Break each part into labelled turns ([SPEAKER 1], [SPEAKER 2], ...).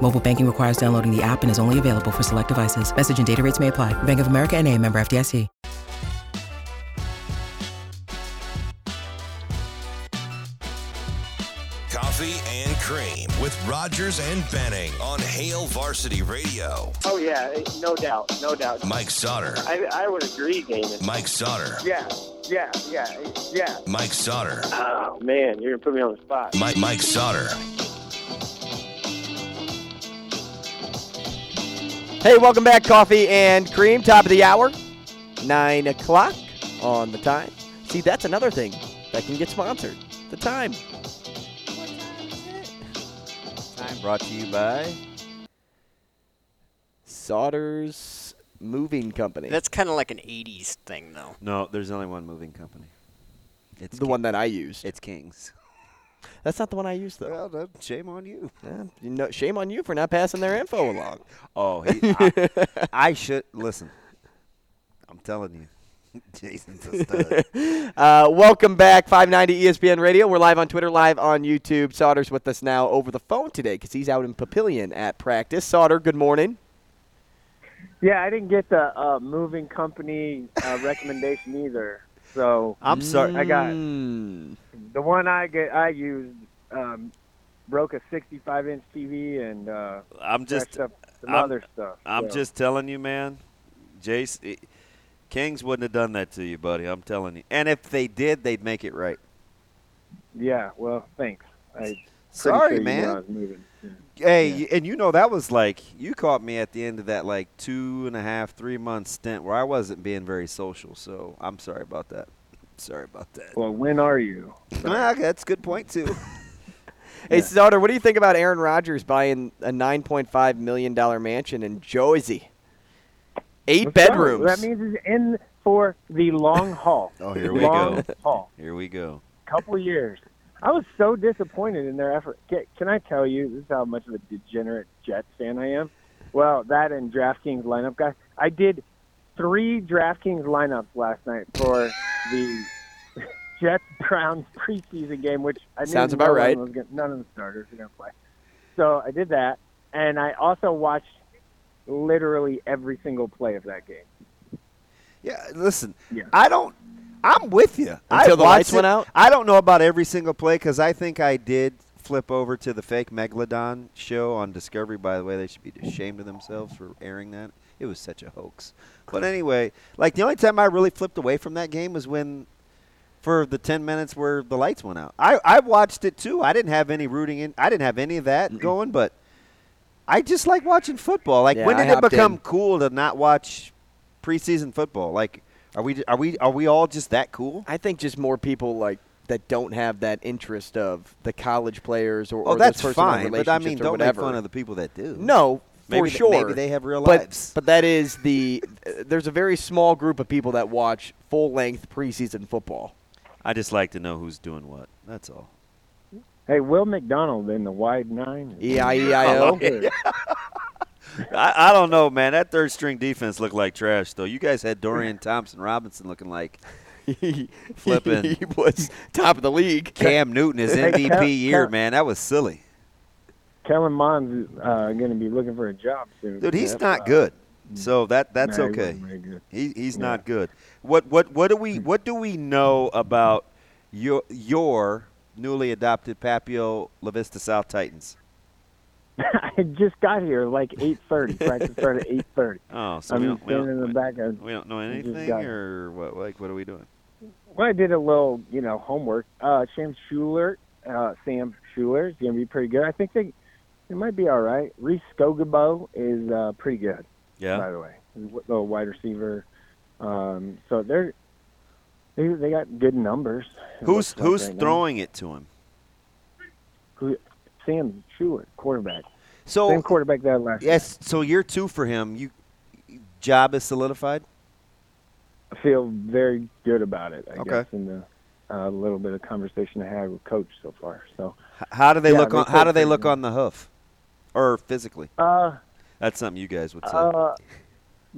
[SPEAKER 1] Mobile banking requires downloading the app and is only available for select devices. Message and data rates may apply. Bank of America and a member FDIC.
[SPEAKER 2] Coffee and Cream with Rogers and Benning on Hale Varsity Radio.
[SPEAKER 3] Oh yeah, no doubt, no doubt.
[SPEAKER 2] Mike Sauter.
[SPEAKER 3] I, I would agree, Damon.
[SPEAKER 2] Mike Sauter.
[SPEAKER 3] Yeah, yeah, yeah, yeah.
[SPEAKER 2] Mike Sauter.
[SPEAKER 3] Oh man, you're gonna put me on the spot.
[SPEAKER 2] Mike Mike Sauter.
[SPEAKER 4] Hey, welcome back, Coffee and Cream. Top of the hour, 9 o'clock on the time. See, that's another thing that can get sponsored. The time. Time brought to you by Sauter's Moving Company.
[SPEAKER 5] That's kind of like an 80s thing, though.
[SPEAKER 6] No, there's only one moving company. It's
[SPEAKER 4] the
[SPEAKER 6] Ki-
[SPEAKER 4] one that I used.
[SPEAKER 6] It's Kings.
[SPEAKER 4] That's not the one I used, though.
[SPEAKER 6] Well, that, shame on you.
[SPEAKER 4] Yeah, you know, shame on you for not passing their info along.
[SPEAKER 6] Oh, he, I, I should listen. I'm telling you, Jason's a stud.
[SPEAKER 4] Uh, welcome back, E 590 ESPN Radio. We're live on Twitter, live on YouTube. Sauter's with us now over the phone today because he's out in Papillion at practice. Sauter, good morning.
[SPEAKER 3] Yeah, I didn't get the uh, moving company uh, recommendation either. So
[SPEAKER 6] I'm sorry.
[SPEAKER 3] I got it.
[SPEAKER 4] Mm.
[SPEAKER 3] the one I get, I used um, broke a 65 inch TV and uh,
[SPEAKER 6] I'm just.
[SPEAKER 3] messed up some
[SPEAKER 6] I'm-
[SPEAKER 3] other stuff.
[SPEAKER 6] I'm
[SPEAKER 3] so.
[SPEAKER 6] just telling you, man. Jace, it, Kings wouldn't have done that to you, buddy. I'm telling you. And if they did, they'd make it right.
[SPEAKER 3] yeah. Well, thanks. I
[SPEAKER 6] Sorry,
[SPEAKER 3] pretty sure You
[SPEAKER 6] man.
[SPEAKER 3] know I was moving. Yeah.
[SPEAKER 6] Hey, y and you know that was like you caught me at the end of that like two and a half, three month stint where I wasn't being very social. So I'm sorry about that. Sorry about that.
[SPEAKER 3] Well, when are you?
[SPEAKER 6] Ah, that's a good point too.
[SPEAKER 4] Hey, Sauter, what do you think about Aaron Rodgers buying a $9.5 million mansion in Jersey? 8
[SPEAKER 3] Let's go.
[SPEAKER 4] bedrooms.
[SPEAKER 3] Oh, That means he's in for the long haul.
[SPEAKER 6] Oh, here we
[SPEAKER 3] long
[SPEAKER 6] go.
[SPEAKER 3] haul.
[SPEAKER 6] Here we go.
[SPEAKER 3] Couple years. I was so disappointed in their effort. Ca- Can I tell you, this is how much of a degenerate Jets fan I am? Well, that and DraftKings lineup guy. I did three DraftKings lineups last night for the Jets Browns preseason game, which I knew
[SPEAKER 4] Sounds
[SPEAKER 3] no
[SPEAKER 4] about
[SPEAKER 3] one
[SPEAKER 4] right.
[SPEAKER 3] was gonna- none of the starters were going to play. So I did that, and I also watched literally every single play of that game.
[SPEAKER 6] Yeah, listen.
[SPEAKER 3] Yeah.
[SPEAKER 6] I don't. I'm with you.
[SPEAKER 4] Until the lights went out?
[SPEAKER 6] I don't know about every single play because I think I did flip over to the fake Megalodon show on Discovery. By the way, they should be ashamed of themselves for airing that. It was such a hoax. But anyway, like the only time I really flipped away from that game was when, for the ten minutes where the lights went out. I I watched it too. I didn't have any rooting in. I didn't have any of that going, but. I just like watching football. Like
[SPEAKER 4] Yeah,
[SPEAKER 6] when
[SPEAKER 4] I
[SPEAKER 6] did it
[SPEAKER 4] hopped
[SPEAKER 6] become
[SPEAKER 4] in.
[SPEAKER 6] cool to not watch preseason football? Like are we are we are we all just that cool?
[SPEAKER 4] I think just more people like that don't have that interest of the college players or,
[SPEAKER 6] Oh,
[SPEAKER 4] or
[SPEAKER 6] that's
[SPEAKER 4] those personal
[SPEAKER 6] fine, but I
[SPEAKER 4] relationships
[SPEAKER 6] mean,
[SPEAKER 4] or
[SPEAKER 6] don't
[SPEAKER 4] whatever.
[SPEAKER 6] make fun of the people that do.
[SPEAKER 4] No,
[SPEAKER 6] Maybe
[SPEAKER 4] for
[SPEAKER 6] they-
[SPEAKER 4] sure.
[SPEAKER 6] maybe they have real
[SPEAKER 4] but,
[SPEAKER 6] lives.
[SPEAKER 4] But that is the there's a very small group of people that watch full length preseason football.
[SPEAKER 6] I just like to know who's doing what. That's all.
[SPEAKER 3] Hey, Will McDonald in the wide nine.
[SPEAKER 4] E I E I O.
[SPEAKER 6] I, I don't know, man. That third string defense looked like trash, though. You guys had Dorian Thompson Robinson looking like Flippin'.
[SPEAKER 4] He was top of the league.
[SPEAKER 6] Cam Newton is
[SPEAKER 3] Hey, Cal-
[SPEAKER 6] MVP year,
[SPEAKER 3] Cal-
[SPEAKER 6] man. That was silly,
[SPEAKER 3] Kellen Mond's uh, going to be looking for a job soon.
[SPEAKER 6] dude. He's
[SPEAKER 3] Yep.
[SPEAKER 6] not good, so that that's
[SPEAKER 3] Nah, he
[SPEAKER 6] okay.
[SPEAKER 3] wasn't very good.
[SPEAKER 6] He, he's not good. What what what do we what do we know about your your newly adopted Papio La Vista South Titans?
[SPEAKER 3] I just got here like 8:30. Practice started at 8:30.
[SPEAKER 6] Oh, so
[SPEAKER 3] I'm
[SPEAKER 6] we don't,
[SPEAKER 3] just
[SPEAKER 6] we,
[SPEAKER 3] standing in the
[SPEAKER 6] don't,
[SPEAKER 3] back. Of,
[SPEAKER 6] we don't know
[SPEAKER 3] just
[SPEAKER 6] anything,
[SPEAKER 3] got it.
[SPEAKER 6] or what? Like, what are we doing?
[SPEAKER 3] well, I did a little, you know, homework. Uh, Sam Schuler, uh, Sam Schuler is going to be pretty good. I think they, they might be all right. Reese Skogabo is uh, pretty good. by the way, the wide receiver. Um, so they're they they got good numbers. it
[SPEAKER 6] Who's
[SPEAKER 3] looks like
[SPEAKER 6] who's
[SPEAKER 3] right now.
[SPEAKER 6] throwing it to him?
[SPEAKER 3] Who, Sam Schuler, quarterback.
[SPEAKER 6] So
[SPEAKER 3] Same quarterback that last. year.
[SPEAKER 6] yes, so you're two for him. You job is solidified.
[SPEAKER 3] feel very good about it. I
[SPEAKER 6] Okay.
[SPEAKER 3] guess in the uh, little bit of conversation I had with coach so far. So
[SPEAKER 6] H- How do they
[SPEAKER 3] Yeah,
[SPEAKER 6] look
[SPEAKER 3] they
[SPEAKER 6] on? How do
[SPEAKER 3] look
[SPEAKER 6] they
[SPEAKER 3] pretty
[SPEAKER 6] look
[SPEAKER 3] good.
[SPEAKER 6] on the hoof, or physically?
[SPEAKER 3] uh,
[SPEAKER 6] That's something you guys would say.
[SPEAKER 3] uh,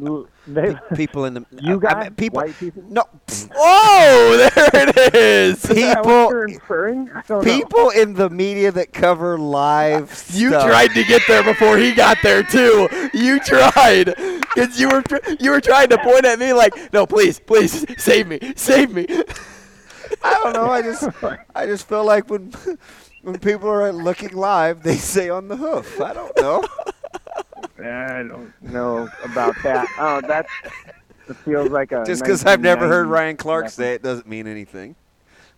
[SPEAKER 3] l- they,
[SPEAKER 6] Pe- people in the I- I
[SPEAKER 3] you guys,
[SPEAKER 6] mean, people.
[SPEAKER 3] white people.
[SPEAKER 6] No,
[SPEAKER 4] Whoa, there it is.
[SPEAKER 3] Is that what
[SPEAKER 6] people-
[SPEAKER 3] you're inferring? I don't know.
[SPEAKER 6] people in the media that cover live.
[SPEAKER 4] You
[SPEAKER 6] stuff.
[SPEAKER 4] tried to get there before he got there too. You tried because you were tr- you were trying to point at me like, no, please, please, save me, save me.
[SPEAKER 6] I don't know. I just, I just feel like when, when people are looking live, they say on the hoof. I don't know.
[SPEAKER 3] I don't know about that. Oh, that's it feels like a
[SPEAKER 6] Just because I've never heard
[SPEAKER 3] 1990s
[SPEAKER 6] Ryan Clark
[SPEAKER 3] reference.
[SPEAKER 6] say it doesn't mean anything.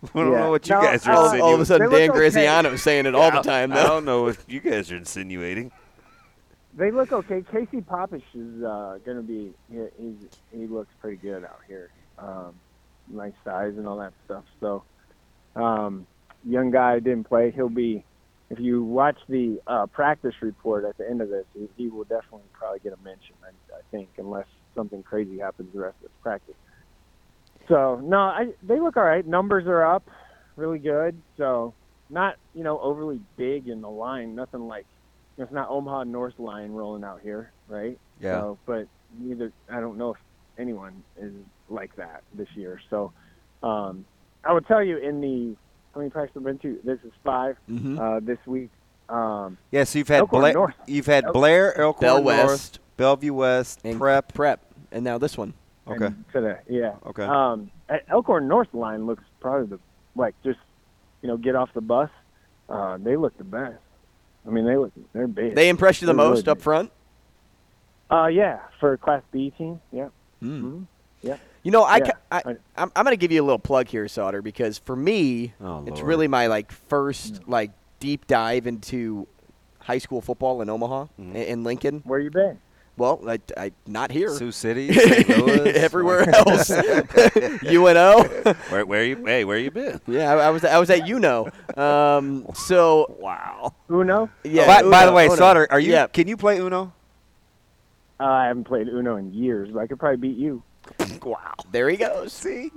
[SPEAKER 6] I don't
[SPEAKER 3] Yeah.
[SPEAKER 6] know what you
[SPEAKER 3] No,
[SPEAKER 6] guys are
[SPEAKER 3] uh,
[SPEAKER 4] All,
[SPEAKER 6] insinuating.
[SPEAKER 4] all of a sudden,
[SPEAKER 3] They
[SPEAKER 4] Dan
[SPEAKER 3] look okay.
[SPEAKER 4] Graziano saying it all the time
[SPEAKER 6] I
[SPEAKER 4] though.
[SPEAKER 6] don't know what you guys are insinuating.
[SPEAKER 3] They look okay. Casey Popish is uh, going to be. He, he's, he looks pretty good out here. Um, nice size and all that stuff. So, um, young guy didn't play. He'll be. If you watch the uh, practice report at the end of this, he, he will definitely probably get a mention. I, I think, unless something crazy happens the rest of this practice. So no, I, they look all right. Numbers are up, really good. So not you know overly big in the line. Nothing like it's not Omaha North line rolling out here, right? So, but neither I don't know if anyone is like that this year. So um, I would tell you in the how many practices I've been to. This is 5
[SPEAKER 6] Uh-huh.
[SPEAKER 4] Mhm.
[SPEAKER 3] uh, this week. Um,
[SPEAKER 6] Yeah, so you've had
[SPEAKER 3] Elkhorn
[SPEAKER 6] Bla-
[SPEAKER 3] North.
[SPEAKER 6] you've had
[SPEAKER 3] Elk-
[SPEAKER 6] Blair, Elkhorn
[SPEAKER 4] Bell
[SPEAKER 6] North,
[SPEAKER 4] West.
[SPEAKER 6] Bellevue West,
[SPEAKER 4] And
[SPEAKER 6] Prep.
[SPEAKER 4] prep, and now this one.
[SPEAKER 6] Okay.
[SPEAKER 3] and Today, yeah.
[SPEAKER 6] Okay.
[SPEAKER 4] Uh,
[SPEAKER 3] Um, at Elkhorn North line looks probably the like just you know get off the bus. Uh, they look the best. I mean, they look they're big.
[SPEAKER 4] They impressed you the
[SPEAKER 3] They're really
[SPEAKER 4] most up
[SPEAKER 3] big.
[SPEAKER 4] front.
[SPEAKER 3] Uh, yeah, for Class B team, yeah.
[SPEAKER 4] Mm.
[SPEAKER 3] Yeah.
[SPEAKER 4] You know, I,
[SPEAKER 3] Yeah,
[SPEAKER 4] ca- I,
[SPEAKER 3] I-
[SPEAKER 4] am I'm gonna give you a little plug here, Sauter, because for me,
[SPEAKER 6] Oh,
[SPEAKER 4] it's
[SPEAKER 6] Lord.
[SPEAKER 4] really my like
[SPEAKER 3] Mm.
[SPEAKER 4] first like deep dive into high school football in Omaha
[SPEAKER 6] Mm-hmm.
[SPEAKER 4] in in Lincoln.
[SPEAKER 3] Where you been?
[SPEAKER 4] Well, I, I not here.
[SPEAKER 6] Sioux City, St. Louis,
[SPEAKER 4] everywhere else. UNO.
[SPEAKER 6] Where, where you? Hey, where you been?
[SPEAKER 4] yeah, I, I was I was at UNO. Um, so
[SPEAKER 6] Wow.
[SPEAKER 3] Uno?
[SPEAKER 4] yeah.
[SPEAKER 6] by, by
[SPEAKER 4] Uno,
[SPEAKER 6] the way,
[SPEAKER 4] Uno.
[SPEAKER 6] Sauter, are you?
[SPEAKER 4] Yeah.
[SPEAKER 6] Can you play Uno?
[SPEAKER 3] Uh, I haven't played Uno in years, but I could probably beat you.
[SPEAKER 6] Wow.
[SPEAKER 4] There he goes. See.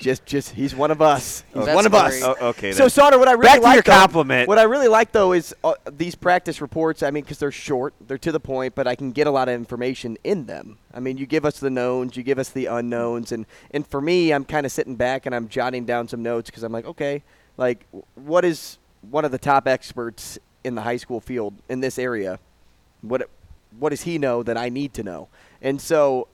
[SPEAKER 4] Just, just he's one of us. He's
[SPEAKER 5] That's
[SPEAKER 4] one of us.
[SPEAKER 5] great.
[SPEAKER 6] Oh, okay.
[SPEAKER 4] So,
[SPEAKER 6] then.
[SPEAKER 4] Sauter, what I really
[SPEAKER 6] Back to
[SPEAKER 4] like
[SPEAKER 6] your
[SPEAKER 4] though-
[SPEAKER 6] compliment.
[SPEAKER 4] What I really like though is uh, these practice reports. I mean, because they're short, they're to the point, but I can get a lot of information in them. I mean, you give us the knowns, you give us the unknowns, and and for me, I'm kind of sitting back and I'm jotting down some notes because I'm like, okay, like w- what is one of the top experts in the high school field in this area? What what does he know that I need to know? And so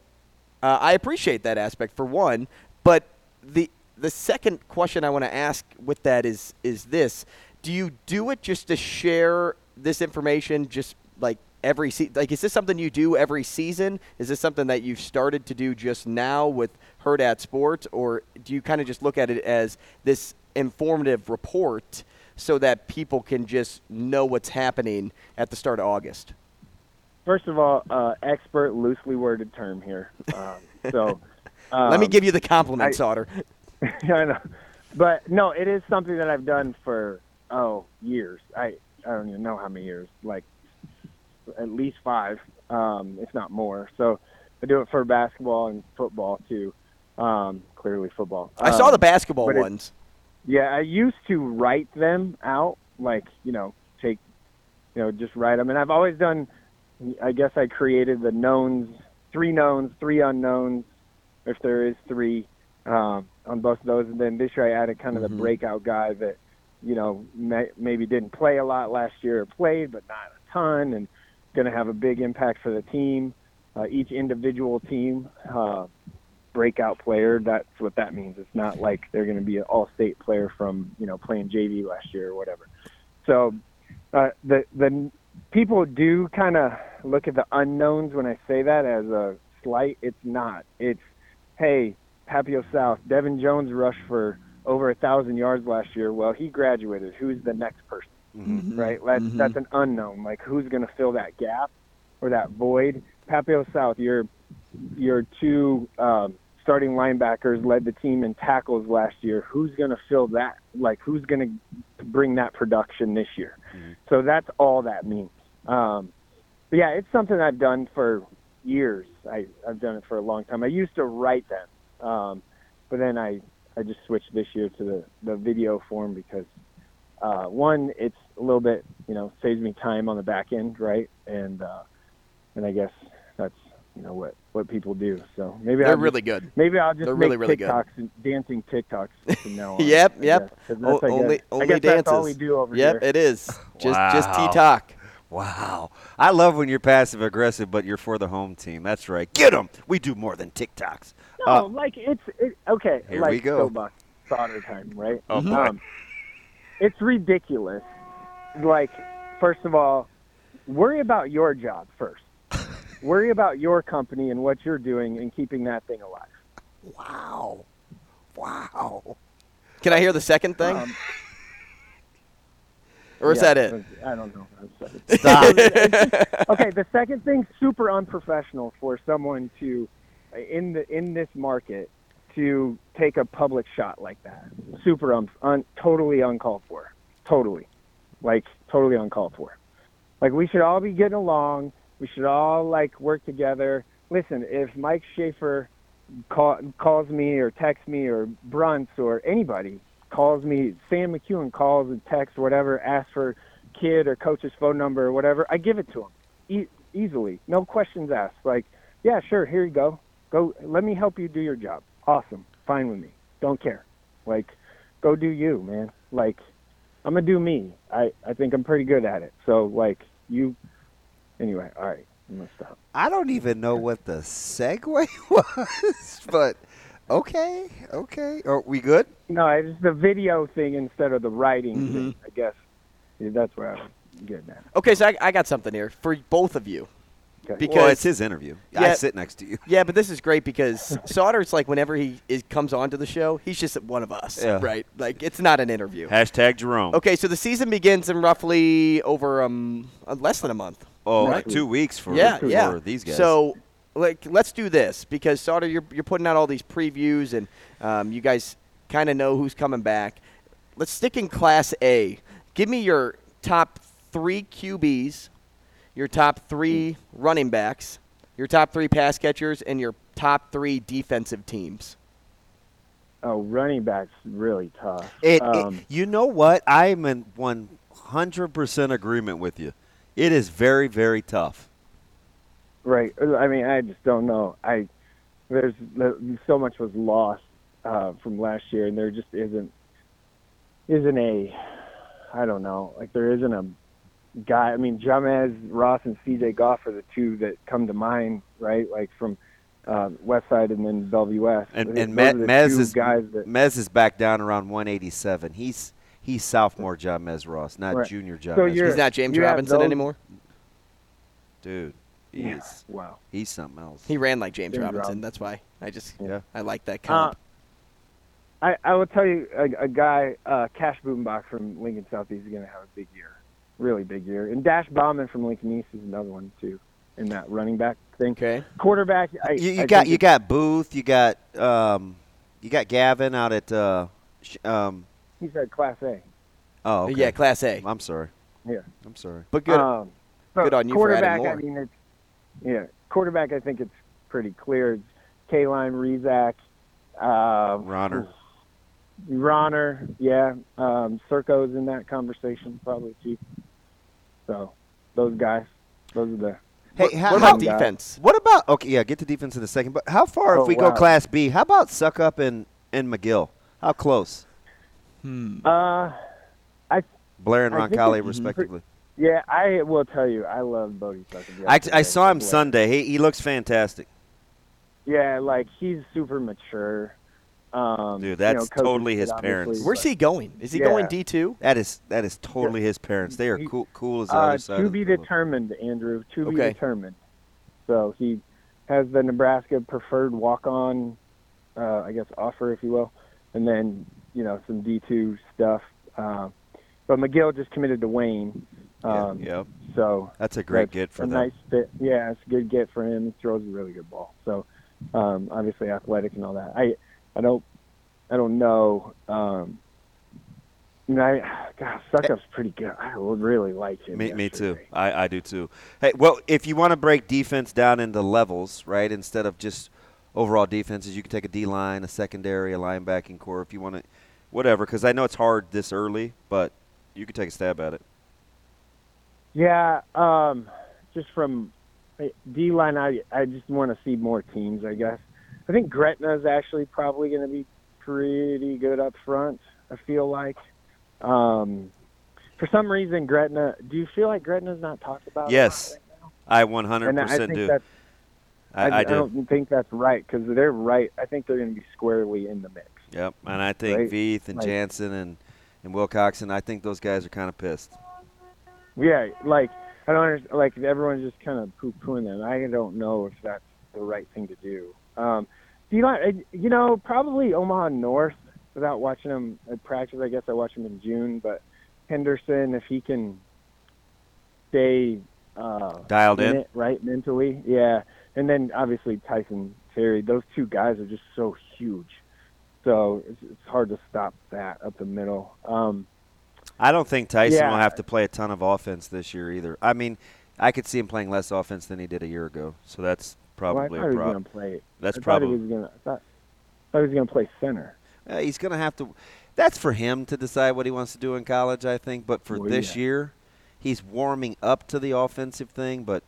[SPEAKER 4] uh, I appreciate that aspect for one, but the the second question I want to ask with that is is this: Do you do it just to share this information, just like every se- like is this something you do every season? Is this something that you've started to do just now with Herd at Sports, or do you kind of just look at it as this informative report so that people can just know what's happening at the start of August?
[SPEAKER 3] First of all, uh, expert, loosely worded term here. Um, so
[SPEAKER 4] Let me
[SPEAKER 3] um,
[SPEAKER 4] give you the compliment,
[SPEAKER 3] I-
[SPEAKER 4] Sauter.
[SPEAKER 3] yeah, I know. But no, it is something that I've done for oh years. I I don't even know how many years. Like at least five, um, if not more. So I do it for basketball and football too. Um, clearly football.
[SPEAKER 4] I saw the
[SPEAKER 3] Um,
[SPEAKER 4] basketball
[SPEAKER 3] but it-
[SPEAKER 4] ones.
[SPEAKER 3] Yeah, I used to write them out, like you know, take, you know, just write them. And I've always done. I guess I created the knowns, three knowns, three unknowns, if there is three, um, on both of those. And then this year I added kind of the breakout guy that, you know, may, maybe didn't play a lot last year, or played but not a ton, and going to have a big impact for the team. Uh, each individual team. Uh, breakout player. That's what that means. It's not like they're going to be an all-state player from you know playing JV last year or whatever. So uh, the the people do kind of look at the unknowns when I say that as a slight. It's not. It's hey, Papio South, Devin Jones rushed for over a thousand yards last year. Well, he graduated. Who's the next person?
[SPEAKER 4] Mm-hmm.
[SPEAKER 3] Right. That's that's an unknown. Like who's going to fill that gap or that void? Papio South, your your two um, starting linebackers led the team in tackles last year. Who's going to fill that? Like, who's going to bring that production this year? So that's all that means. Um, but yeah, it's something I've done for years. I, I've done it for a long time. I used to write them, um, but then I, I just switched this year to the, the video form because uh, one, it's a little bit, you know, saves me time on the back end, right? And uh, and I guess that's you know what what people do. So maybe
[SPEAKER 4] They're
[SPEAKER 3] I'll just-
[SPEAKER 4] really good.
[SPEAKER 3] Maybe I'll just
[SPEAKER 4] They're
[SPEAKER 3] make
[SPEAKER 4] really, really good.
[SPEAKER 3] TikToks and dancing TikToks from now on.
[SPEAKER 4] Yep,
[SPEAKER 3] I
[SPEAKER 4] yep.
[SPEAKER 3] guess, 'cause
[SPEAKER 4] O-
[SPEAKER 3] that's, I
[SPEAKER 4] only
[SPEAKER 3] guess-
[SPEAKER 4] only
[SPEAKER 3] I guess
[SPEAKER 4] dances.
[SPEAKER 3] That's all we do over
[SPEAKER 4] yep,
[SPEAKER 3] here.
[SPEAKER 4] it is. Just just
[SPEAKER 6] Wow.
[SPEAKER 4] T talk.
[SPEAKER 6] Wow. I love when you're passive aggressive, but you're for the home team. That's right. Get them. We do more than TikToks.
[SPEAKER 3] No,
[SPEAKER 6] Uh,
[SPEAKER 3] like it's it, okay.
[SPEAKER 6] Here
[SPEAKER 3] like
[SPEAKER 6] we go.
[SPEAKER 3] Sobox fodder time, right?
[SPEAKER 6] Oh, boy.
[SPEAKER 3] um, it's ridiculous. Like, first of all, worry about your job first. worry about your company and what you're doing and keeping that thing alive.
[SPEAKER 6] wow. Wow.
[SPEAKER 4] Can I hear the second thing?
[SPEAKER 3] Um,
[SPEAKER 4] or is
[SPEAKER 3] Yeah,
[SPEAKER 4] that it?
[SPEAKER 3] I don't know. That's-
[SPEAKER 6] Stop.
[SPEAKER 3] okay, the second thing, super unprofessional for someone to, in the in this market, to take a public shot like that. Super un, un totally uncalled for. Totally, like totally uncalled for. Like we should all be getting along. We should all like work together. Listen, if Mike Schaefer call, calls me or texts me or Brunts or anybody calls me, Sam McEwen calls and texts whatever, asks for kid or coach's phone number or whatever, I give it to him e- easily, no questions asked. Like, yeah, sure, here you go, go. Let me help you do your job. Awesome, fine with me. Don't care. Like, go do you, man. Like, I'm gonna do me. I I think I'm pretty good at it. So like you, anyway. All right, I'm gonna stop.
[SPEAKER 6] I don't even know what the segue was, but okay. Okay. Are we good?
[SPEAKER 3] No, it's the video thing instead of the writing
[SPEAKER 6] Mm-hmm.
[SPEAKER 3] thing. I guess yeah, that's where I'm getting at.
[SPEAKER 4] Okay, so I, I got something here for both of you.
[SPEAKER 3] Okay.
[SPEAKER 4] Because
[SPEAKER 6] well, it's his interview. I
[SPEAKER 4] Yeah.
[SPEAKER 6] sit next to you.
[SPEAKER 4] Yeah, but this is great because Sauter's like whenever he is, comes onto the show, he's just one of us,
[SPEAKER 6] Yeah.
[SPEAKER 4] right? Like it's not an interview.
[SPEAKER 6] Hashtag Jerome.
[SPEAKER 4] Okay, so the season begins in roughly over um uh, less than a month.
[SPEAKER 6] Oh,
[SPEAKER 3] Right.
[SPEAKER 6] like two weeks for,
[SPEAKER 4] yeah,
[SPEAKER 6] for
[SPEAKER 4] yeah.
[SPEAKER 6] these guys.
[SPEAKER 4] So, like, let's do this because Sauter, you're you're putting out all these previews, and um, you guys kind of know who's coming back. Let's stick in Class A. Give me your top three QBs, your top three running backs, your top three pass catchers, and your top three defensive teams.
[SPEAKER 3] Oh, running backs really tough.
[SPEAKER 6] It, it-
[SPEAKER 3] um,
[SPEAKER 6] you know what? I'm in 100% agreement with you. It is very, very tough.
[SPEAKER 3] Right. I mean, I just don't know. I there's so much was lost uh, from last year, and there just isn't isn't a I don't know. Like there isn't a guy. I mean, Jamez Ross and C.J. Goff are the two that come to mind, right? Like from uh, West Side and then Bellevue West.
[SPEAKER 6] And,
[SPEAKER 3] Those
[SPEAKER 6] and
[SPEAKER 3] are
[SPEAKER 6] Me-
[SPEAKER 3] the
[SPEAKER 6] Mez
[SPEAKER 3] two
[SPEAKER 6] is
[SPEAKER 3] guys that
[SPEAKER 6] Mez is back down around 187. He's he's sophomore John Mez Ross, not
[SPEAKER 3] Right.
[SPEAKER 6] junior John.
[SPEAKER 3] So
[SPEAKER 6] Mez
[SPEAKER 3] you're-
[SPEAKER 6] Ross.
[SPEAKER 4] He's not James
[SPEAKER 3] you have
[SPEAKER 4] Robinson
[SPEAKER 3] those-
[SPEAKER 4] anymore.
[SPEAKER 6] dude. He's
[SPEAKER 3] Yeah. wow.
[SPEAKER 6] he's something else.
[SPEAKER 4] He ran like James,
[SPEAKER 3] James Uh,
[SPEAKER 4] Robinson.
[SPEAKER 3] Robinson.
[SPEAKER 4] That's why I just
[SPEAKER 6] Yeah.
[SPEAKER 4] I like that comp.
[SPEAKER 3] I, I will tell you, a, a guy, uh, Cash Boombach from Lincoln Southeast is going to have a big year, really big year. And Dash Bauman from Lincoln East is another one too, in that running back thing.
[SPEAKER 4] okay.
[SPEAKER 3] Quarterback, I,
[SPEAKER 6] you, you
[SPEAKER 3] I
[SPEAKER 6] got
[SPEAKER 3] think
[SPEAKER 6] you
[SPEAKER 3] it's-
[SPEAKER 6] got Booth. You got um, you got Gavin out at uh, sh- um.
[SPEAKER 3] He said Class A.
[SPEAKER 6] Oh, okay.
[SPEAKER 4] Yeah, Class A.
[SPEAKER 6] I'm sorry.
[SPEAKER 3] Yeah.
[SPEAKER 6] I'm sorry.
[SPEAKER 4] But good.
[SPEAKER 3] Um, so
[SPEAKER 4] Good on you for adding
[SPEAKER 3] quarterback,
[SPEAKER 4] more.
[SPEAKER 3] I mean, it's yeah. Quarterback, I think it's pretty clear. It's K-line, Rezak, uh,
[SPEAKER 6] Ronner.
[SPEAKER 3] Ronner, yeah. Um, Circo's in that conversation probably too. So those guys, those are the.
[SPEAKER 6] Hey,
[SPEAKER 4] what,
[SPEAKER 6] how,
[SPEAKER 4] what about
[SPEAKER 6] how-
[SPEAKER 3] Yeah.
[SPEAKER 4] defense?
[SPEAKER 6] What about okay? Yeah, get to defense in a second. But how far
[SPEAKER 3] Oh,
[SPEAKER 6] if we
[SPEAKER 3] wow.
[SPEAKER 6] go Class B? How about suck up and and McGill? How close? Hmm.
[SPEAKER 3] Uh,
[SPEAKER 6] Blair and
[SPEAKER 3] I think
[SPEAKER 6] Roncalli,
[SPEAKER 3] it's-
[SPEAKER 6] respectively.
[SPEAKER 3] yeah, I will tell you, I love Bodie Tucker.
[SPEAKER 6] I, I saw him Sunday. He he looks fantastic,
[SPEAKER 3] Yeah, like he's super mature. Um,
[SPEAKER 6] dude.
[SPEAKER 3] you know,
[SPEAKER 6] That's
[SPEAKER 3] coaches
[SPEAKER 6] totally his
[SPEAKER 3] obviously,
[SPEAKER 6] parents.
[SPEAKER 3] but-
[SPEAKER 4] Where's he going? Is he
[SPEAKER 3] Yeah.
[SPEAKER 4] going D two?
[SPEAKER 6] That is that is totally his parents. They are
[SPEAKER 3] He-
[SPEAKER 6] cool cool as the
[SPEAKER 3] Uh,
[SPEAKER 6] other side.
[SPEAKER 3] to
[SPEAKER 6] of
[SPEAKER 3] be
[SPEAKER 6] the world.
[SPEAKER 3] determined, Andrew. To be
[SPEAKER 4] Okay.
[SPEAKER 3] determined. So he has the Nebraska preferred walk-on, uh, I guess, offer, if you will, and then you know some D two stuff. Uh, but McGill just committed to Wayne.
[SPEAKER 6] Yeah,
[SPEAKER 3] Um,
[SPEAKER 6] yeah.
[SPEAKER 3] So
[SPEAKER 6] That's a great
[SPEAKER 3] that's
[SPEAKER 6] get for
[SPEAKER 3] a
[SPEAKER 6] them.
[SPEAKER 3] nice fit. Yeah, it's a good get for him. He throws a really good ball. So um, obviously athletic and all that. I I don't I don't know um, And I, gosh, suck up's pretty good. I would really like him.
[SPEAKER 6] Me, me too.
[SPEAKER 3] yesterday.
[SPEAKER 6] I, I do too. Hey, well, if you want to break defense down into levels, right, instead of just overall defenses, you can take a D line, a secondary, a linebacking core if you want to, whatever, because I know it's hard this early, but you could take a stab at it.
[SPEAKER 3] Yeah, um, just from D line, I I just want to see more teams. I guess I think Gretna's actually probably going to be pretty good up front. I feel like, um, for some reason, Gretna. Do you feel like Gretna's not talked about? a lot
[SPEAKER 6] Yes.
[SPEAKER 3] right now?
[SPEAKER 6] I
[SPEAKER 3] and
[SPEAKER 6] 100%
[SPEAKER 3] I think
[SPEAKER 6] do.
[SPEAKER 3] that's
[SPEAKER 6] I, I, do.
[SPEAKER 3] don't think that's right because they're right. I think they're going to be squarely in the mix.
[SPEAKER 6] Yep. And I think
[SPEAKER 3] Right?
[SPEAKER 6] Veith and
[SPEAKER 3] Like-
[SPEAKER 6] Jansen and, and Wilcoxon, I think those guys are kind of pissed.
[SPEAKER 3] Yeah, like I don't understand. Like everyone's just kind of poo pooing them. I don't know if that's the right thing to do. Um, do you like? You know, probably Omaha North. Without watching them at practice, I guess I watch them in June. But Henderson, if he can stay uh,
[SPEAKER 6] Dialed in?
[SPEAKER 3] it, right mentally, yeah. And then obviously Tyson Terry. Those two guys are just so huge. So it's, it's hard to stop that up the middle. Um,
[SPEAKER 6] I don't think Tyson
[SPEAKER 3] Yeah.
[SPEAKER 6] will have to play a ton of offense this year either. I mean, I could see him playing less offense than he did a year ago, so that's
[SPEAKER 3] well, I
[SPEAKER 6] probably a
[SPEAKER 3] thought he was
[SPEAKER 6] problem.
[SPEAKER 3] going to play
[SPEAKER 6] That's
[SPEAKER 3] I
[SPEAKER 6] probably
[SPEAKER 3] Thought he was gonna, I thought, I thought he was going to play center.
[SPEAKER 6] Uh, he's going to have to. That's for him to decide what he wants to do in college, I think. But for
[SPEAKER 3] Well,
[SPEAKER 6] this
[SPEAKER 3] yeah.
[SPEAKER 6] year, he's warming up to the offensive thing, but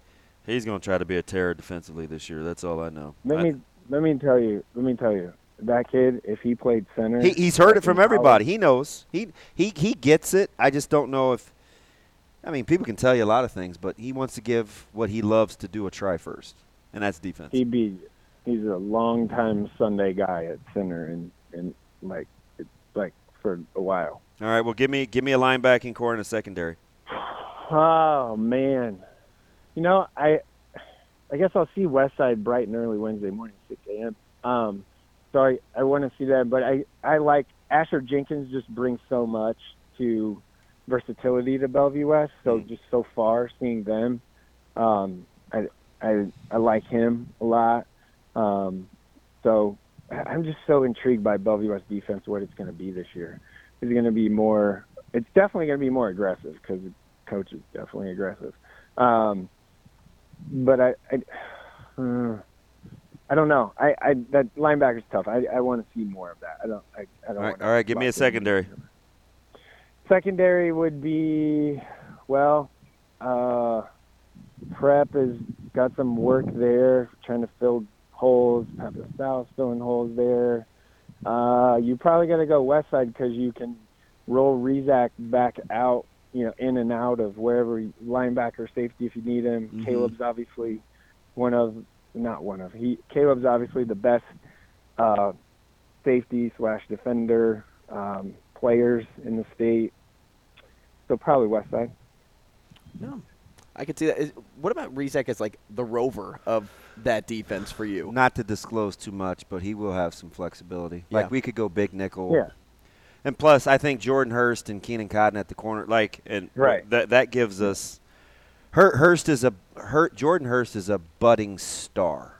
[SPEAKER 6] he's going to try to be a terror defensively this year. That's all I know.
[SPEAKER 3] Let
[SPEAKER 6] I-
[SPEAKER 3] me let me tell you. Let me tell you. That kid, if he played center,
[SPEAKER 6] he, he's heard it from
[SPEAKER 3] in college-
[SPEAKER 6] everybody. He knows. He he he gets it. I just don't know if. I mean, people can tell you a lot of things, but he wants to give what he loves to do a try first, and that's defense.
[SPEAKER 3] He'd be. He's a long time Sunday guy at center, and and like it- like for a while.
[SPEAKER 6] All right, well, give me give me a linebacking core and a secondary.
[SPEAKER 3] Oh man, you know I. I guess I'll see West Side bright and early Wednesday morning, 6 a.m. Um, so I, I want to see that, but I, I like Asher Jenkins just brings so much to versatility to Bellevue West. So just so far, seeing them, um, I, I, I like him a lot. Um, so I- I'm just so intrigued by Bellevue West defense, what it's going to be this year. It's going to be more. It's definitely going to be more aggressive because the coach is definitely aggressive. Um, but I, I, uh, I don't know. I, I that linebacker's tough. I, I want to see more of that. I don't. I, I don't.
[SPEAKER 6] All right,
[SPEAKER 3] wanna
[SPEAKER 6] all right, give me a
[SPEAKER 3] lock in.
[SPEAKER 6] secondary.
[SPEAKER 3] Secondary would be, well, uh, prep has got some work there, trying to fill holes. Pepper South filling holes there. Uh, you probably got to go west side because you can roll Rezac back out, you know, in and out of wherever you- linebacker safety if you need him.
[SPEAKER 6] Mhm.
[SPEAKER 3] Caleb's obviously one of not one of he Caleb's obviously the best uh, safety slash defender um, players in the state. So probably west side.
[SPEAKER 4] I could see that. Is, what about Rizek as like the rover of that defense for you?
[SPEAKER 6] Not to disclose too much, but he will have some flexibility.
[SPEAKER 4] Yeah.
[SPEAKER 6] Like we could go big nickel.
[SPEAKER 3] Yeah.
[SPEAKER 6] And plus, I think Jordan Hurst and Keenan Cotton at the corner, like, and
[SPEAKER 3] Right.
[SPEAKER 6] that that gives us. Hur- Hurst is a Hurt. Jordan Hurst is a budding star.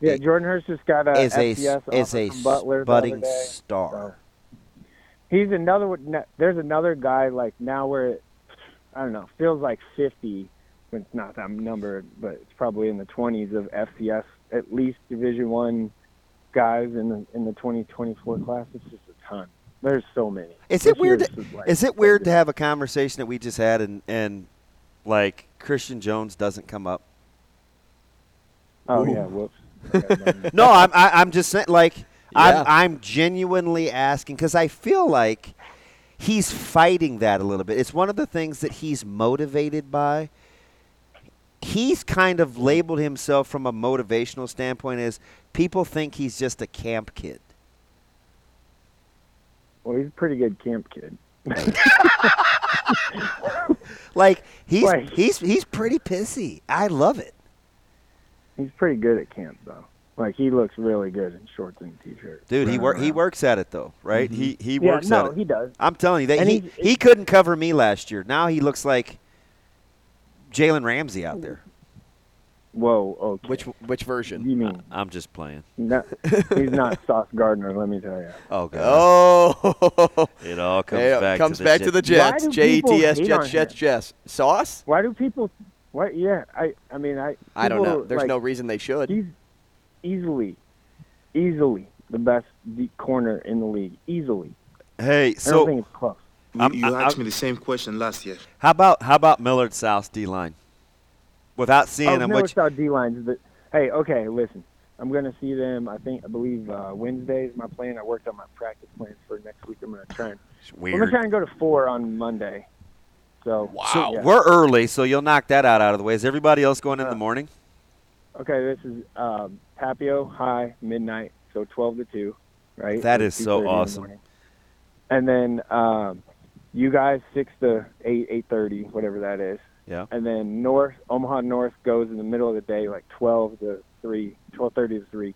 [SPEAKER 3] Yeah,
[SPEAKER 6] It-
[SPEAKER 3] Jordan Hurst just got a
[SPEAKER 6] is a
[SPEAKER 3] FCS offer
[SPEAKER 6] is a
[SPEAKER 3] from Butler the
[SPEAKER 6] budding
[SPEAKER 3] other day.
[SPEAKER 6] star.
[SPEAKER 3] He's another. one- There's another guy like now we're at I don't know feels like 50. when It's not that number, but it's probably in the 20s of FCS at least Division One guys in the in the 2024 class. It's just a ton. There's so many.
[SPEAKER 6] Is
[SPEAKER 3] This
[SPEAKER 6] it weird?
[SPEAKER 3] year's
[SPEAKER 6] To,
[SPEAKER 3] is, like,
[SPEAKER 6] is it weird to have a conversation that we just had and and like Christian Jones doesn't come up?
[SPEAKER 3] Oh yeah, whoops. I got it wrong.
[SPEAKER 6] no, I'm I, I'm just saying, like
[SPEAKER 4] Yeah.
[SPEAKER 6] I'm I'm genuinely asking because I feel like he's fighting that a little bit. It's one of the things that he's motivated by. He's kind of labeled himself from a motivational standpoint as people think he's just a camp kid.
[SPEAKER 3] well, he's a pretty good camp kid.
[SPEAKER 6] Like he's
[SPEAKER 3] Right.
[SPEAKER 6] he's he's pretty pissy. I love it.
[SPEAKER 3] He's pretty good at camp though. Like he looks really good in shorts and t-shirt.
[SPEAKER 6] Dude, he
[SPEAKER 3] running
[SPEAKER 6] work he
[SPEAKER 3] around.
[SPEAKER 6] works at it though, right? He he
[SPEAKER 3] Yeah,
[SPEAKER 6] works
[SPEAKER 3] no,
[SPEAKER 6] at it.
[SPEAKER 3] he does.
[SPEAKER 6] I'm telling you that
[SPEAKER 3] And
[SPEAKER 6] he,
[SPEAKER 3] he-
[SPEAKER 6] he couldn't cover me last year. Now he looks like Jalen Ramsey out there.
[SPEAKER 3] Whoa, okay.
[SPEAKER 4] Which which version?
[SPEAKER 3] you mean?
[SPEAKER 6] I'm just playing.
[SPEAKER 3] No, he's not Sauce Gardner. Let me tell you.
[SPEAKER 6] Oh god,
[SPEAKER 4] Oh,
[SPEAKER 6] it all comes
[SPEAKER 4] Yeah,
[SPEAKER 6] back.
[SPEAKER 4] comes
[SPEAKER 6] to the
[SPEAKER 4] back
[SPEAKER 6] Jets.
[SPEAKER 4] to the
[SPEAKER 3] Jets.
[SPEAKER 4] Jets.
[SPEAKER 3] Why do
[SPEAKER 4] J E
[SPEAKER 3] people
[SPEAKER 4] T S
[SPEAKER 3] hate
[SPEAKER 4] Jets
[SPEAKER 3] on
[SPEAKER 4] Jets
[SPEAKER 3] him?
[SPEAKER 4] Jets. Sauce?
[SPEAKER 3] Why do people? What? Yeah, I. I mean, I.
[SPEAKER 4] I don't know.
[SPEAKER 3] people,
[SPEAKER 4] There's
[SPEAKER 3] like,
[SPEAKER 4] no reason they should.
[SPEAKER 3] He's easily, easily the best deep corner in the league. Easily.
[SPEAKER 6] Hey,
[SPEAKER 3] I don't
[SPEAKER 6] so
[SPEAKER 3] think it's close.
[SPEAKER 7] You,
[SPEAKER 6] I'm-
[SPEAKER 7] you
[SPEAKER 6] I-
[SPEAKER 7] asked
[SPEAKER 6] I'm-
[SPEAKER 7] me the same question last year.
[SPEAKER 6] how about how about Millard South D line? Without seeing
[SPEAKER 7] Oh,
[SPEAKER 3] I've
[SPEAKER 6] him,
[SPEAKER 3] never
[SPEAKER 6] which
[SPEAKER 3] saw D lines, but hey, okay, listen. I'm gonna see them. I think I believe uh, Wednesday is my plan. I worked on my practice plans for next week. I'm gonna try and
[SPEAKER 6] is
[SPEAKER 3] I'm gonna
[SPEAKER 6] weird.
[SPEAKER 3] try and go to four on Monday. So
[SPEAKER 6] So
[SPEAKER 3] yeah.
[SPEAKER 6] we're early, so you'll knock that out out of the way. Is everybody else going in
[SPEAKER 3] Uh,
[SPEAKER 6] the morning?
[SPEAKER 3] okay, this is um, Papio High Midnight, so 12 to 2, right?
[SPEAKER 6] That
[SPEAKER 3] Or
[SPEAKER 6] is so
[SPEAKER 3] 2:30 in the
[SPEAKER 6] awesome.
[SPEAKER 3] morning. And then um, you guys six to eight, eight thirty, whatever that is.
[SPEAKER 6] Yeah.
[SPEAKER 3] And then North Omaha North goes in the middle of the day, like 12 to 3, 12:30 to 3.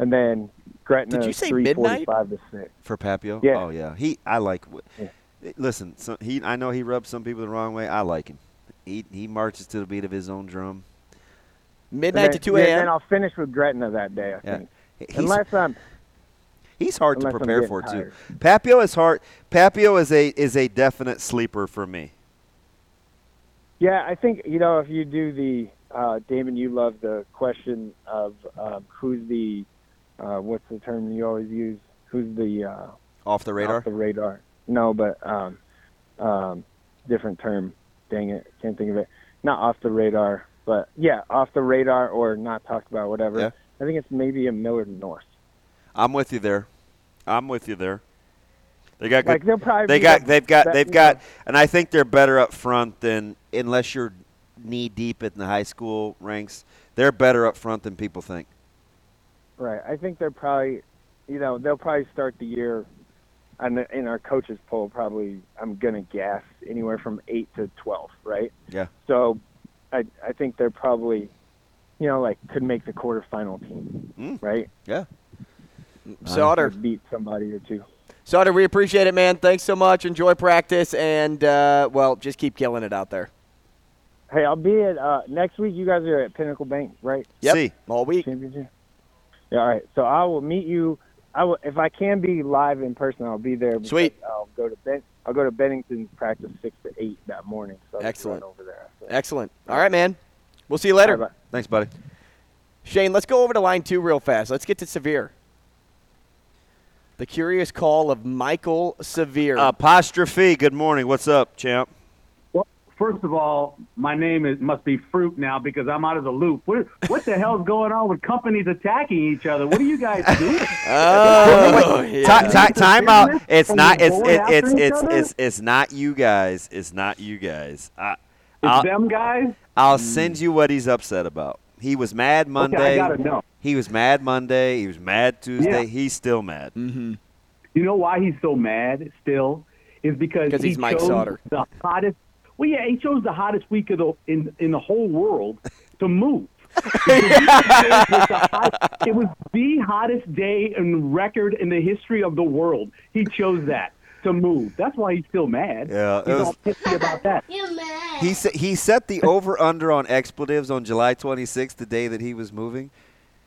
[SPEAKER 3] And then Gretna
[SPEAKER 4] Did you say
[SPEAKER 3] 3:45 to 6.
[SPEAKER 6] For Papio?
[SPEAKER 3] Yeah.
[SPEAKER 6] Oh yeah. He I like w-
[SPEAKER 3] Yeah.
[SPEAKER 6] Eh, Listen, so he I know he rubs some people the wrong way. I like him. He he marches to the beat of his own drum.
[SPEAKER 3] And
[SPEAKER 4] Midnight to
[SPEAKER 3] then-
[SPEAKER 4] two
[SPEAKER 3] yeah, And then
[SPEAKER 4] a.m.
[SPEAKER 3] I'll finish with Gretna that day, I
[SPEAKER 6] Yeah.
[SPEAKER 3] think.
[SPEAKER 6] He's,
[SPEAKER 3] Unless um, I'm
[SPEAKER 6] he's hard to
[SPEAKER 3] unless I'm
[SPEAKER 6] prepare
[SPEAKER 3] getting
[SPEAKER 6] for
[SPEAKER 3] tired.
[SPEAKER 6] too. Papio is hard. Papio is a is a definite sleeper for me.
[SPEAKER 3] Yeah, I think you know if you do the uh, Damon, you love the question of um, who's the uh, what's the term you always use? Who's the uh,
[SPEAKER 6] Off the radar.
[SPEAKER 3] off the radar? No, but um, um, different term. Dang it, can't think of it. Not off the radar, but yeah, off the radar or not talked about, whatever.
[SPEAKER 6] Yeah.
[SPEAKER 3] I think it's maybe a Millard North.
[SPEAKER 6] I'm with you there. I'm with you there. They got good
[SPEAKER 3] Like they'll probably
[SPEAKER 6] They
[SPEAKER 3] be
[SPEAKER 6] got,
[SPEAKER 3] the
[SPEAKER 6] they've got,
[SPEAKER 3] best-
[SPEAKER 6] they've got, and I think they're better up front than unless you're knee deep in the high school ranks. They're better up front than people think.
[SPEAKER 3] Right. I think they're probably, you know, they'll probably start the year on the, in our coaches poll. Probably, I'm gonna guess anywhere from eight to twelve. Right.
[SPEAKER 6] Yeah.
[SPEAKER 3] So, I I think they're probably, you know, like could make the quarterfinal team.
[SPEAKER 6] Mm.
[SPEAKER 3] Right.
[SPEAKER 6] Yeah.
[SPEAKER 4] Sauter.
[SPEAKER 3] Or beat somebody or two.
[SPEAKER 4] Sauter, we appreciate it, man. Thanks so much. Enjoy practice, and uh, well, just keep killing it out there.
[SPEAKER 3] Hey, I'll be at uh, next week. You guys are at Pinnacle Bank, right?
[SPEAKER 4] Yep.
[SPEAKER 6] See.
[SPEAKER 4] All week.
[SPEAKER 3] Championship. Yeah. All right. So I will meet you. I will, if I can be live in person, I'll be there. because
[SPEAKER 4] Sweet.
[SPEAKER 3] I'll go to Ben. I'll go to Bennington practice six to eight that morning. So I'll be
[SPEAKER 4] Excellent.
[SPEAKER 3] right over there. So-
[SPEAKER 4] Excellent. All right, man. We'll see you later.
[SPEAKER 3] Bye-bye.
[SPEAKER 6] Thanks, buddy.
[SPEAKER 4] Shane, let's go over to line two real fast. Let's get to Severe. The curious call of Michael Severe.
[SPEAKER 6] Apostrophe. Uh, Good morning. What's up, champ?
[SPEAKER 8] Well, first of all, my name is, must be Fruit now because I'm out of the loop. What, what the hell's going on with companies attacking each other? What are you guys doing?
[SPEAKER 4] oh, yeah.
[SPEAKER 6] Ti- ti- time out.
[SPEAKER 8] Business
[SPEAKER 6] It's
[SPEAKER 8] and
[SPEAKER 6] not. It's
[SPEAKER 8] going
[SPEAKER 6] it,
[SPEAKER 8] after
[SPEAKER 6] it's
[SPEAKER 8] each
[SPEAKER 6] it's
[SPEAKER 8] other?
[SPEAKER 6] it's it's not you guys. It's not you guys. I,
[SPEAKER 8] It's
[SPEAKER 6] I'll,
[SPEAKER 8] them guys?
[SPEAKER 6] I'll send you what he's upset about. He was mad Monday.
[SPEAKER 8] Mm. gotta know.
[SPEAKER 6] He was mad Monday. He was mad Tuesday. He's still mad.
[SPEAKER 8] Mm. You know why he's so mad still? Is because
[SPEAKER 4] 'Cause
[SPEAKER 8] he
[SPEAKER 4] he's Mike
[SPEAKER 8] chose
[SPEAKER 4] Sauter.
[SPEAKER 8] The hottest. Well, yeah, he chose the hottest week of the in in the whole world to move. Because he chose with the hot- it was the hottest day in record in the history of the world. He chose that to move. That's why he's still mad.
[SPEAKER 6] Yeah, it
[SPEAKER 8] he's
[SPEAKER 6] was-
[SPEAKER 8] all pissy about that.
[SPEAKER 6] He se- he set the over under on expletives on July 26th, the day that he was moving,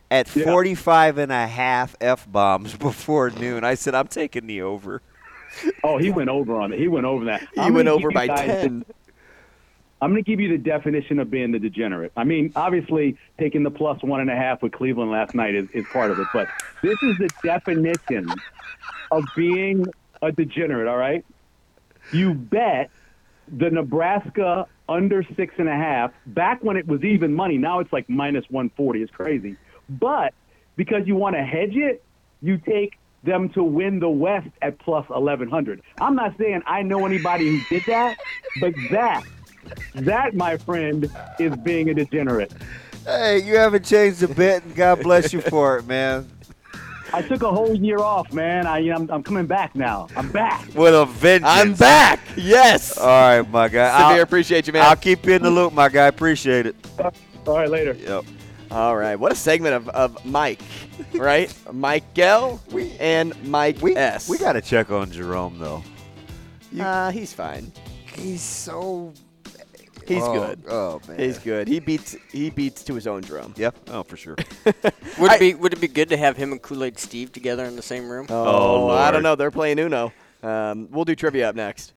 [SPEAKER 6] at
[SPEAKER 8] Yeah.
[SPEAKER 6] 45 and a half f bombs before noon. I said, I'm taking the over.
[SPEAKER 8] Oh, he went over on it. He went over that.
[SPEAKER 4] He
[SPEAKER 8] I'm
[SPEAKER 4] went
[SPEAKER 8] gonna
[SPEAKER 4] over
[SPEAKER 8] give
[SPEAKER 4] by
[SPEAKER 8] you guys-
[SPEAKER 4] 10.
[SPEAKER 8] I'm going to give you the definition of being the degenerate. I mean, obviously, taking the plus one and a half with Cleveland last night is, is part of it, but this is the definition of being a degenerate, all right? You bet the Nebraska under six and a half back when it was even money. Now it's like minus 140. It's crazy. But because you want to hedge it, you take them to win the West at plus 1100. I'm not saying I know anybody who did that, but that, that, my friend, is being a degenerate.
[SPEAKER 6] Hey, you haven't changed a bit, and God bless you for it, man.
[SPEAKER 8] I took a whole year off, man. I, I'm, I'm coming back now. I'm back.
[SPEAKER 6] With a vengeance.
[SPEAKER 4] I'm back. Yes.
[SPEAKER 6] All right, my guy.
[SPEAKER 4] Severe,
[SPEAKER 6] I'll,
[SPEAKER 4] appreciate you, man.
[SPEAKER 6] I'll keep you in the loop, my guy. Appreciate it.
[SPEAKER 8] All right, later.
[SPEAKER 6] Yep.
[SPEAKER 4] All right. What a segment of, of Mike, right? Mike Gell and Mike
[SPEAKER 6] We,
[SPEAKER 4] S.
[SPEAKER 6] we got to check on Jerome, though.
[SPEAKER 4] Uh, he's fine.
[SPEAKER 6] He's so.
[SPEAKER 4] He's
[SPEAKER 6] Oh,
[SPEAKER 4] good.
[SPEAKER 6] Oh man.
[SPEAKER 4] He's good. He beats he beats to his own drum.
[SPEAKER 6] Yep. Oh, for sure.
[SPEAKER 5] Would
[SPEAKER 4] I-
[SPEAKER 5] it be would it be good to have him and Kool Aid Steve together in the same room?
[SPEAKER 4] Oh, I
[SPEAKER 7] Lord.
[SPEAKER 4] don't know. They're playing Uno. Um, we'll do trivia up next.